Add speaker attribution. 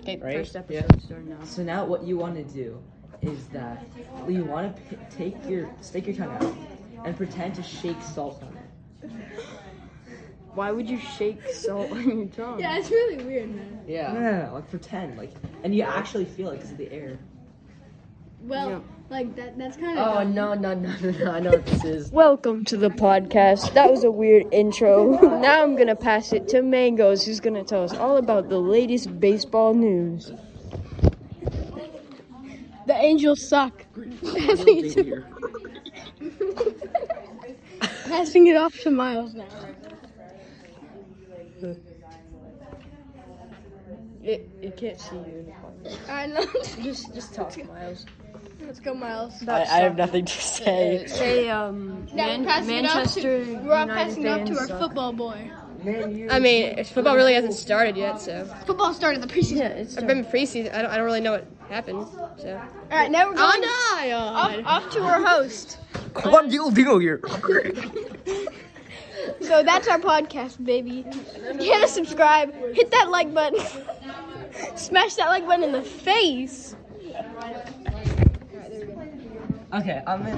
Speaker 1: Okay,
Speaker 2: Right?
Speaker 1: first
Speaker 2: Yeah.
Speaker 1: episode starting off.
Speaker 2: So now what you want to do is that you want to p- take your stick your tongue out and pretend to shake salt on it.
Speaker 1: Why would you shake salt on your tongue?
Speaker 3: Yeah, it's really weird, man.
Speaker 2: No,
Speaker 4: Yeah.
Speaker 2: no, no, no, like pretend like, and you actually feel it because of the air.
Speaker 3: Well,
Speaker 1: Yeah.
Speaker 3: like that. That's kind of.
Speaker 4: Oh no no no no no! I know what this is.
Speaker 1: Welcome to the podcast. That was a weird intro. now I'm gonna pass it to Mangoes, who's gonna tell us all about the latest baseball news.
Speaker 3: The Angels suck. passing, it to, passing it off to Miles now.
Speaker 1: It, it can't see you.
Speaker 3: All right, now
Speaker 1: Just just talk, Miles.
Speaker 3: let's go, Miles.
Speaker 4: I, I have nothing to say.
Speaker 1: Say um
Speaker 3: Now
Speaker 1: Man-
Speaker 3: pass it off
Speaker 1: Manchester
Speaker 3: to, we're all
Speaker 1: United
Speaker 3: passing it off to
Speaker 1: fans
Speaker 3: our
Speaker 1: suck.
Speaker 3: football boy.
Speaker 2: Man, you.
Speaker 5: I mean, football really hasn't started yet, so
Speaker 3: Football started the preseason.
Speaker 1: Yeah, it's
Speaker 5: I've been preseason. I don't, I don't really know what happened. So
Speaker 3: All right, now we're going uh,
Speaker 5: on.
Speaker 3: off, off to our host.
Speaker 2: What do you do here?
Speaker 3: So that's our podcast, baby. Hit us subscribe. Hit that like button. Smash that like button in the face.
Speaker 2: Okay, I'm in.